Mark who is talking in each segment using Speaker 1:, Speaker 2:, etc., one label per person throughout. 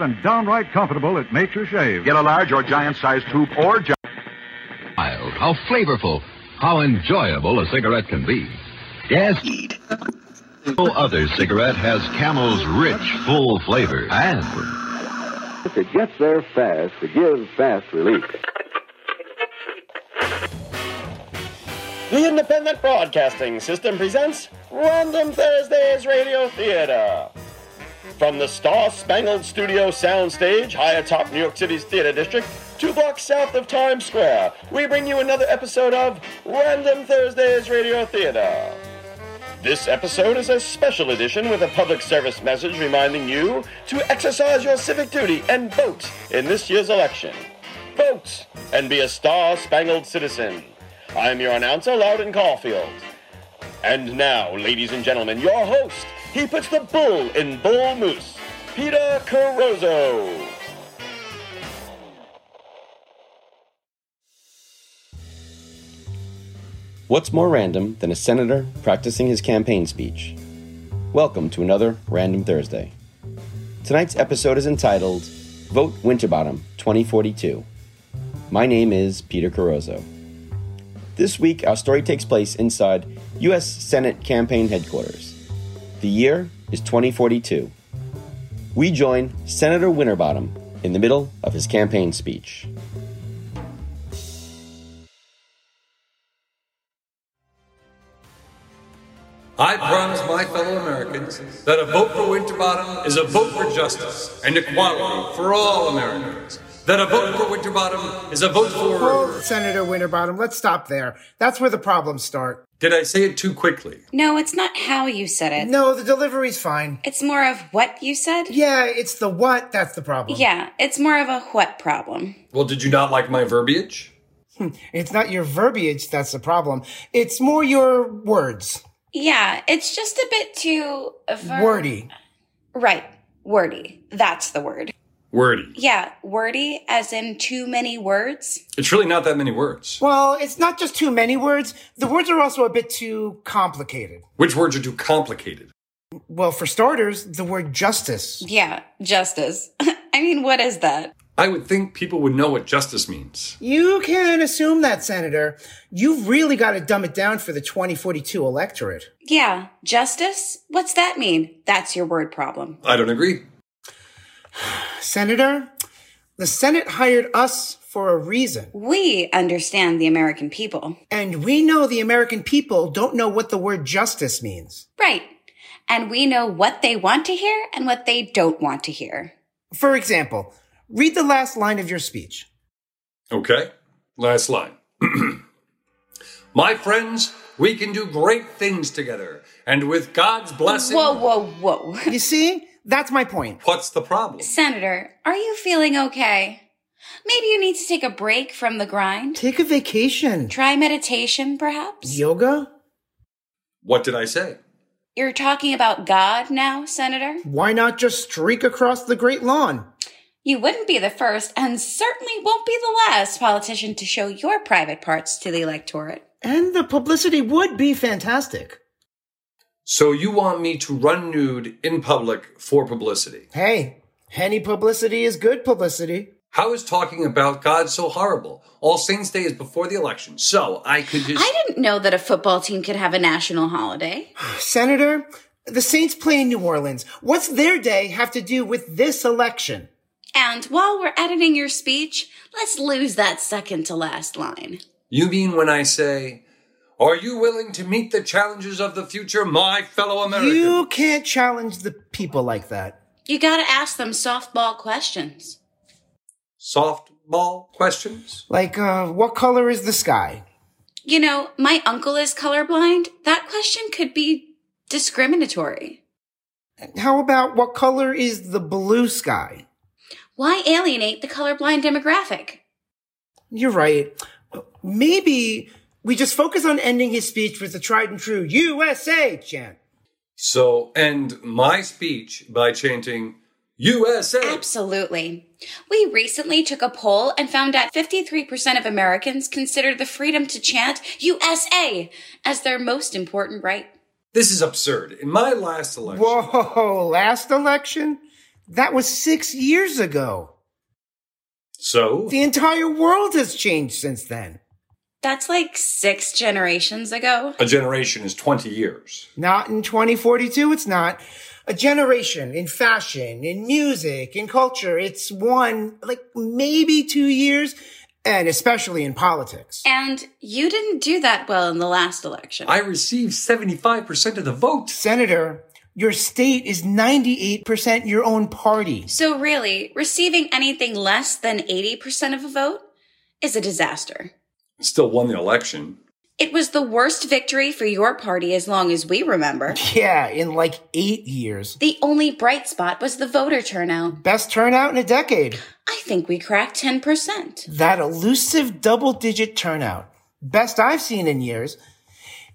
Speaker 1: and downright comfortable at Nature Shave.
Speaker 2: Get a large or giant size tube or giant.
Speaker 3: Mild, how flavorful, how enjoyable a cigarette can be. Yes. No other cigarette has Camel's rich, full flavor. And
Speaker 4: It gets there fast to give fast relief.
Speaker 5: The Independent Broadcasting System presents Random Thursdays Radio Theater. From the Star Spangled Studio soundstage, high atop New York City's theater district, two blocks south of Times Square, we bring you another episode of Random Thursdays Radio Theater. This episode is a special edition with a public service message reminding you to exercise your civic duty and vote in this year's election. Vote and be a star spangled citizen. I'm your announcer, Loudon Caulfield. And now, ladies and gentlemen, your host. He puts the bull in bull moose, Peter Carozzo. What's more random than a senator practicing his campaign speech? Welcome to another Random Thursday. Tonight's episode is entitled Vote Winterbottom 2042. My name is Peter Carozzo. This week, our story takes place inside U.S. Senate campaign headquarters. The year is 2042. We join Senator Winterbottom in the middle of his campaign speech.
Speaker 6: I promise my fellow Americans that a vote for Winterbottom is a vote for justice and equality for all Americans. That a vote for Winterbottom is a vote
Speaker 7: Well,
Speaker 6: for.
Speaker 7: Senator Winterbottom, let's stop there. That's where the problems start.
Speaker 6: Did I say it too quickly?
Speaker 8: No, it's not how you said it.
Speaker 7: No, the delivery's fine.
Speaker 8: It's more of what you said.
Speaker 7: Yeah, it's the what that's the problem.
Speaker 8: Yeah, it's more of a what problem.
Speaker 6: Well, did you not like my verbiage?
Speaker 7: Hmm. It's not your verbiage that's the problem. It's more your words.
Speaker 8: Yeah, it's just a bit too ver-
Speaker 7: Wordy.
Speaker 8: Right, wordy. That's the word.
Speaker 6: Wordy.
Speaker 8: Yeah, wordy, as in too many words.
Speaker 6: It's really not that many words.
Speaker 7: Well, it's not just too many words. The words are also a bit too complicated.
Speaker 6: Which words are too complicated?
Speaker 7: Well, for starters, the word justice.
Speaker 8: Yeah, justice. I mean, what is that?
Speaker 6: I would think people would know what justice means.
Speaker 7: You can assume that, Senator. You've really got to dumb it down for the 2042 electorate.
Speaker 8: Yeah, justice. What's that mean? That's your word problem.
Speaker 6: I don't agree.
Speaker 7: Senator, the Senate hired us for a reason.
Speaker 8: We understand the American people.
Speaker 7: And we know the American people don't know what the word justice means.
Speaker 8: Right. And we know what they want to hear and what they don't want to hear.
Speaker 7: For example, read the last line of your speech.
Speaker 6: Okay, last line. My friends, we can do great things together, and with God's blessing.
Speaker 8: Whoa, whoa, whoa.
Speaker 7: You see, that's my point.
Speaker 6: What's the problem?
Speaker 8: Senator, are you feeling okay? Maybe you need to take a break from the grind?
Speaker 7: Take a vacation.
Speaker 8: Try meditation, perhaps?
Speaker 7: Yoga?
Speaker 6: What did I say?
Speaker 8: You're talking about God now, Senator?
Speaker 7: Why not just streak across the Great Lawn?
Speaker 8: You wouldn't be the first and certainly won't be the last politician to show your private parts to the electorate.
Speaker 7: And the publicity would be fantastic.
Speaker 6: So you want me to run nude in public for publicity?
Speaker 7: Hey, any publicity is good publicity.
Speaker 6: How is talking about God so horrible? All Saints Day is before the election, so I could just.
Speaker 8: I didn't know that a football team could have a national holiday.
Speaker 7: Senator, the Saints play in New Orleans. What's their day have to do with this election?
Speaker 8: And while we're editing your speech, let's lose that second to last line.
Speaker 6: You mean when I say, Are you willing to meet the challenges of the future, my fellow American?
Speaker 7: You can't challenge the people like that.
Speaker 8: You gotta ask them softball questions.
Speaker 6: Softball questions?
Speaker 7: Like, uh, what color is the sky?
Speaker 8: You know, my uncle is colorblind. That question could be discriminatory.
Speaker 7: How about what color is the blue sky?
Speaker 8: Why alienate the colorblind demographic?
Speaker 7: You're right. Maybe we just focus on ending his speech with the tried and true USA chant.
Speaker 6: So end my speech by chanting, USA!
Speaker 8: Absolutely. We recently took a poll and found out 53% of Americans consider the freedom to chant USA as their most important right.
Speaker 6: This is absurd. In my last election.
Speaker 7: Whoa, last election? That was six years ago.
Speaker 6: So?
Speaker 7: The entire world has changed since then.
Speaker 8: That's like six generations ago.
Speaker 6: A generation is 20 years.
Speaker 7: Not in 2042, it's not. A generation in fashion, in music, in culture, it's one, like maybe two years, and especially in politics.
Speaker 8: And you didn't do that well in the last election.
Speaker 6: I received 75% of the vote.
Speaker 7: Senator, your state is 98% your own party.
Speaker 8: so, really, receiving anything less than 80% of a vote is a disaster.
Speaker 6: Still won the election.
Speaker 8: It was the worst victory for your party as long as we remember.
Speaker 7: Yeah, in like eight years.
Speaker 8: The only bright spot was the voter turnout.
Speaker 7: Best turnout in a decade.
Speaker 8: I think we cracked 10%.
Speaker 7: That elusive double digit turnout. Best I've seen in years.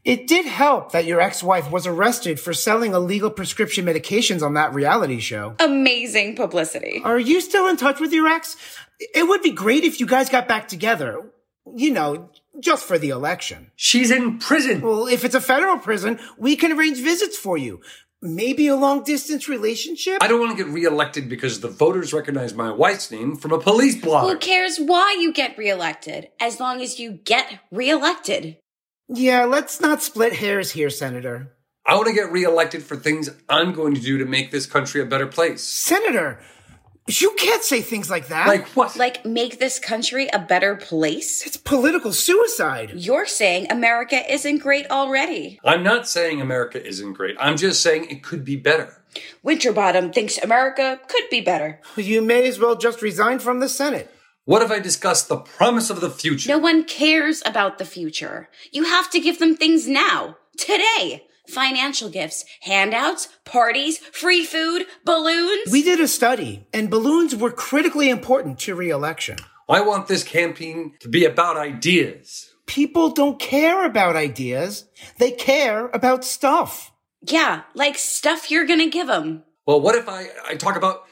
Speaker 7: It did help that your ex wife was arrested for selling illegal prescription medications on that reality show.
Speaker 8: Amazing publicity.
Speaker 7: Are you still in touch with your ex? It would be great if you guys got back together. You know, just for the election.
Speaker 6: She's in prison.
Speaker 7: Well, if it's a federal prison, we can arrange visits for you. Maybe a long distance relationship?
Speaker 6: I don't want to get reelected because the voters recognize my wife's name from a police
Speaker 8: Who
Speaker 6: blotter.
Speaker 8: cares why you get reelected as long as you get reelected?
Speaker 7: yeah, let's not split hairs here, Senator.
Speaker 6: I want to get reelected for things I'm going to do to make this country a better place.
Speaker 7: Senator, you can't say things like that.
Speaker 6: Like what?
Speaker 8: Like, make this country a better place?
Speaker 7: it's political suicide.
Speaker 8: You're saying America isn't great already.
Speaker 6: I'm not saying America isn't great. I'm just saying it could be better.
Speaker 8: Winterbottom thinks America could be better.
Speaker 7: You may as well just resign from the Senate.
Speaker 6: What if I discuss the promise of the future?
Speaker 8: No one cares about the future. You have to give them things now, today. Financial gifts, handouts, parties, free food, balloons.
Speaker 7: We did a study, and balloons were critically important to reelection.
Speaker 6: I want this campaign to be about ideas.
Speaker 7: People don't care about ideas, they care about stuff.
Speaker 8: yeah, like stuff you're gonna give them.
Speaker 6: Well, what if I, I talk about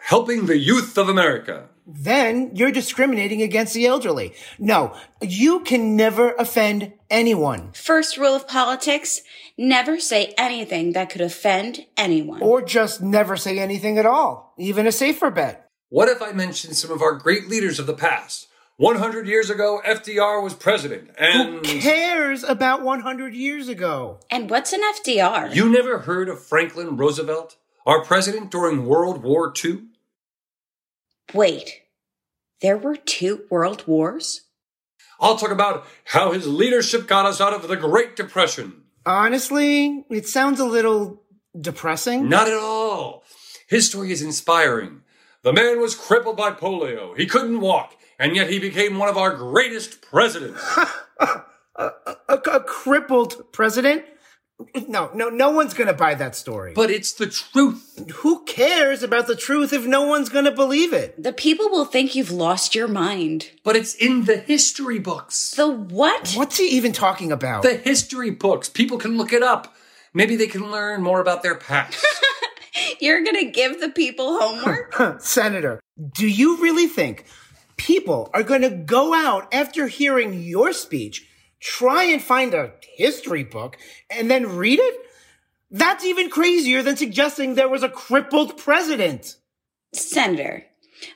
Speaker 6: helping the youth of America?
Speaker 7: Then you're discriminating against the elderly. No, you can never offend anyone
Speaker 8: First rule of politics never say anything that could offend anyone.
Speaker 7: or just never say anything at all, even a safer bet.
Speaker 6: What if I mention some of our great leaders of the past? 100 years ago, FDR was president,
Speaker 7: Who
Speaker 6: and
Speaker 7: cares about 100 years ago?
Speaker 8: and what's an FDR?
Speaker 6: you never heard of Franklin Roosevelt, our president during World War II?
Speaker 8: Wait, there were two world wars?
Speaker 6: I'll talk about how his leadership got us out of the Great Depression.
Speaker 7: Honestly, it sounds a little depressing.
Speaker 6: Not at all. His story is inspiring. The man was crippled by polio. He couldn't walk, and yet he became one of our greatest presidents.
Speaker 7: A, a crippled president? No, no, no one's going to buy that story.
Speaker 6: But it's the truth.
Speaker 7: who cares about the truth if no one's going to believe it?
Speaker 8: The people will think you've lost your mind.
Speaker 6: But it's in the history books.
Speaker 8: The what?
Speaker 7: What's he even talking about?
Speaker 6: The history books. People can look it up. Maybe they can learn more about their past.
Speaker 8: You're gonna give the people homework?
Speaker 7: Senator, do you really think people are going to go out after hearing your speech, try and find a history book, and then read it? That's even crazier than suggesting there was a crippled president.
Speaker 8: Senator,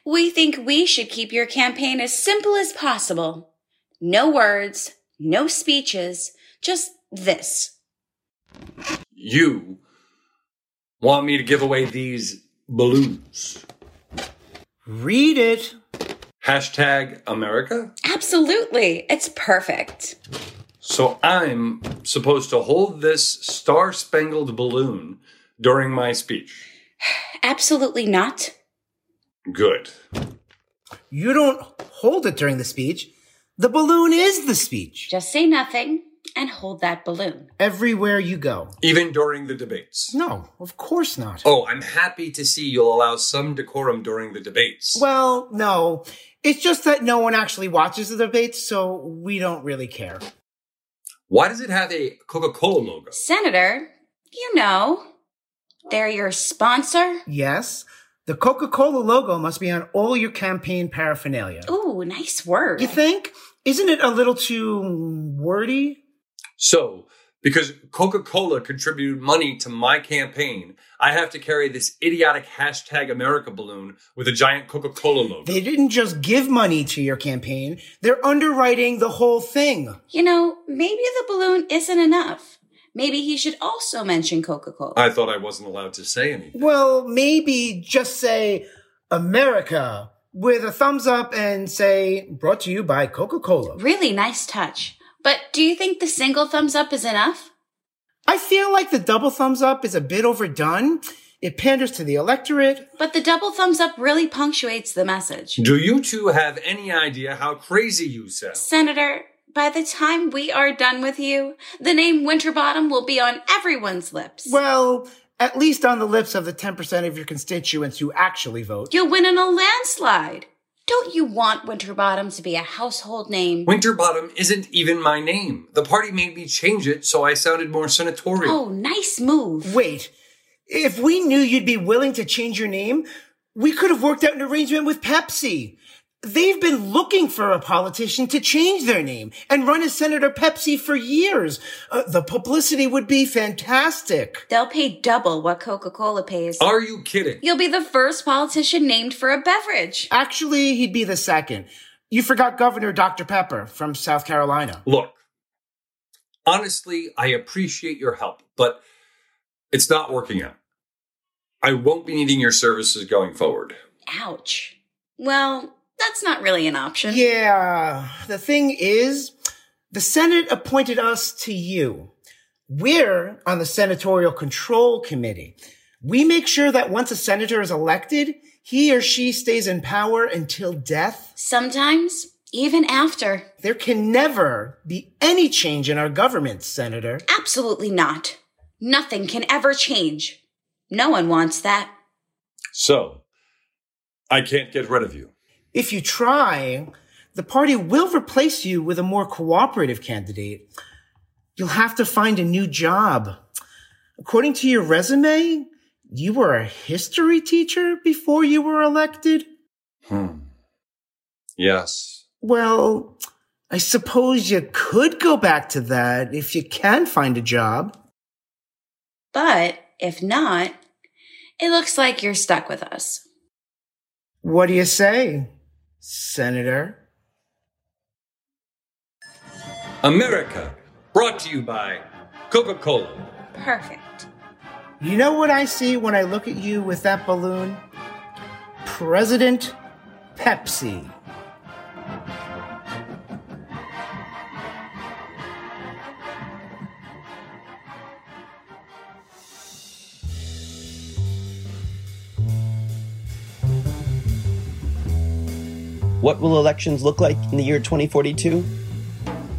Speaker 8: we think we should keep your campaign as simple as possible. No words, no speeches, just this.
Speaker 6: you want me to give away these balloons.
Speaker 7: Read it.
Speaker 6: Hashtag America?
Speaker 8: Absolutely, it's perfect.
Speaker 6: So I'm supposed to hold this star spangled balloon during my speech.
Speaker 8: Absolutely not.
Speaker 6: Good.
Speaker 7: You don't hold it during the speech. The balloon is the speech.
Speaker 8: Just say nothing and hold that balloon.
Speaker 7: Everywhere you go.
Speaker 6: Even during the debates.
Speaker 7: No, of course not.
Speaker 6: Oh, I'm happy to see you'll allow some decorum during the debates.
Speaker 7: Well, no. It's just that no one actually watches the debates, so we don't really care.
Speaker 6: Why does it have a Coca Cola logo?
Speaker 8: Senator, you know, they're your sponsor.
Speaker 7: Yes, the Coca Cola logo must be on all your campaign paraphernalia.
Speaker 8: Ooh, nice word.
Speaker 7: You think? Isn't it a little too wordy?
Speaker 6: So Because Coca Cola contributed money to my campaign, I have to carry this idiotic hashtag America balloon with a giant Coca Cola logo.
Speaker 7: They didn't just give money to your campaign, they're underwriting the whole thing.
Speaker 8: You know, maybe the balloon isn't enough. Maybe he should also mention Coca Cola.
Speaker 6: I thought I wasn't allowed to say anything.
Speaker 7: Well, maybe just say America with a thumbs up and say brought to you by Coca Cola.
Speaker 8: Really nice touch. But do you think the single thumbs up is enough?
Speaker 7: I feel like the double thumbs up is a bit overdone. It panders to the electorate.
Speaker 8: But the double thumbs up really punctuates the message.
Speaker 6: Do you two have any idea how crazy you sound?
Speaker 8: Senator, by the time we are done with you, the name Winterbottom will be on everyone's lips.
Speaker 7: Well, at least on the lips of the 10% of your constituents who actually vote.
Speaker 8: You'll win in a landslide. Don't you want Winterbottom to be a household name?
Speaker 6: Winterbottom isn't even my name. The party made me change it so I sounded more senatorial.
Speaker 8: Oh, nice move.
Speaker 7: Wait, if we knew you'd be willing to change your name, we could have worked out an arrangement with Pepsi. They've been looking for a politician to change their name and run as Senator Pepsi for years. Uh, the publicity would be fantastic.
Speaker 8: They'll pay double what Coca Cola pays.
Speaker 7: Oh.
Speaker 6: Are you kidding?
Speaker 8: You'll be the first politician named for a beverage.
Speaker 7: Actually, he'd be the second. You forgot Governor Dr. Pepper from South Carolina.
Speaker 6: Look, honestly, I appreciate your help, but it's not working out. I won't be needing your services going forward.
Speaker 8: Ouch. Well, that's not really an option.
Speaker 7: Yeah, the thing is, the Senate appointed us to you. We're on the Senatorial Control Committee. We make sure that once a senator is elected, he or she stays in power until death.
Speaker 8: Sometimes, even after.
Speaker 7: There can never be any change in our government, Senator.
Speaker 8: Absolutely not. Nothing can ever change. No one wants that.
Speaker 6: So, I can't get rid of you.
Speaker 7: If you try, the party will replace you with a more cooperative candidate. You'll have to find a new job. According to your resume, you were a history teacher before you were elected?
Speaker 6: Hmm. Yes.
Speaker 7: Well, I suppose you could go back to that if you can find a job.
Speaker 8: But if not, it looks like you're stuck with us.
Speaker 7: What do you say, Senator?
Speaker 6: America, brought to you by Coca Cola.
Speaker 8: Perfect.
Speaker 7: You know what I see when I look at you with that balloon? President Pepsi.
Speaker 9: What will elections look like in the year 2042?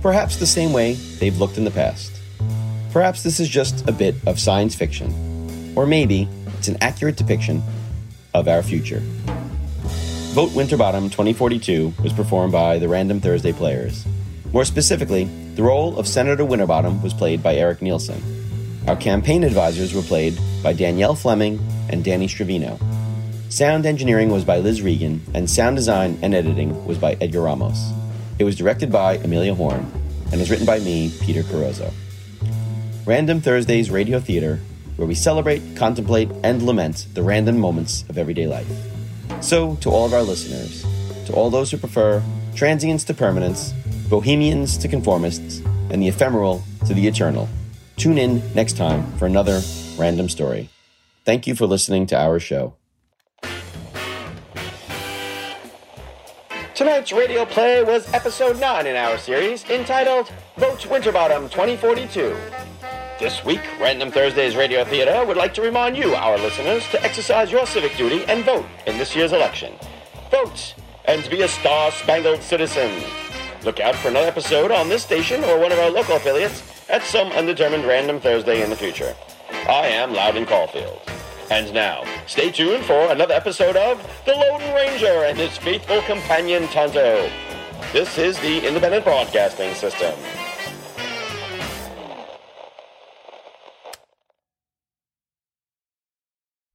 Speaker 9: Perhaps the same way they've looked in the past. Perhaps this is just a bit of science fiction, or maybe it's an accurate depiction of our future. Vote Winterbottom 2042 was performed by the Random Thursday Players. More specifically, the role of Senator Winterbottom was played by Eric Nielsen. Our campaign advisors were played by Danielle Fleming and Danny Stravino. Sound engineering was by Liz Regan, and sound design and editing was by Edgar Ramos. It was directed by Amelia Horn and was written by me, Peter Carozzo. Random Thursdays Radio Theater, where we celebrate, contemplate, and lament the random moments of everyday life. So, to all of our listeners, to all those who prefer transients to permanence, bohemians to conformists, and the ephemeral to the eternal, tune in next time for another random story. Thank you for listening to our show.
Speaker 5: Tonight's radio play was episode 9 in our series entitled Vote Winterbottom 2042. This week, Random Thursdays Radio Theater would like to remind you, our listeners, to exercise your civic duty and vote in this year's election. Vote and be a star spangled citizen. Look out for another episode on this station or one of our local affiliates at some undetermined random Thursday in the future. I am Loudon Caulfield. And now, stay tuned for another episode of The Lone Ranger and his faithful companion Tonto. This is the Independent Broadcasting System.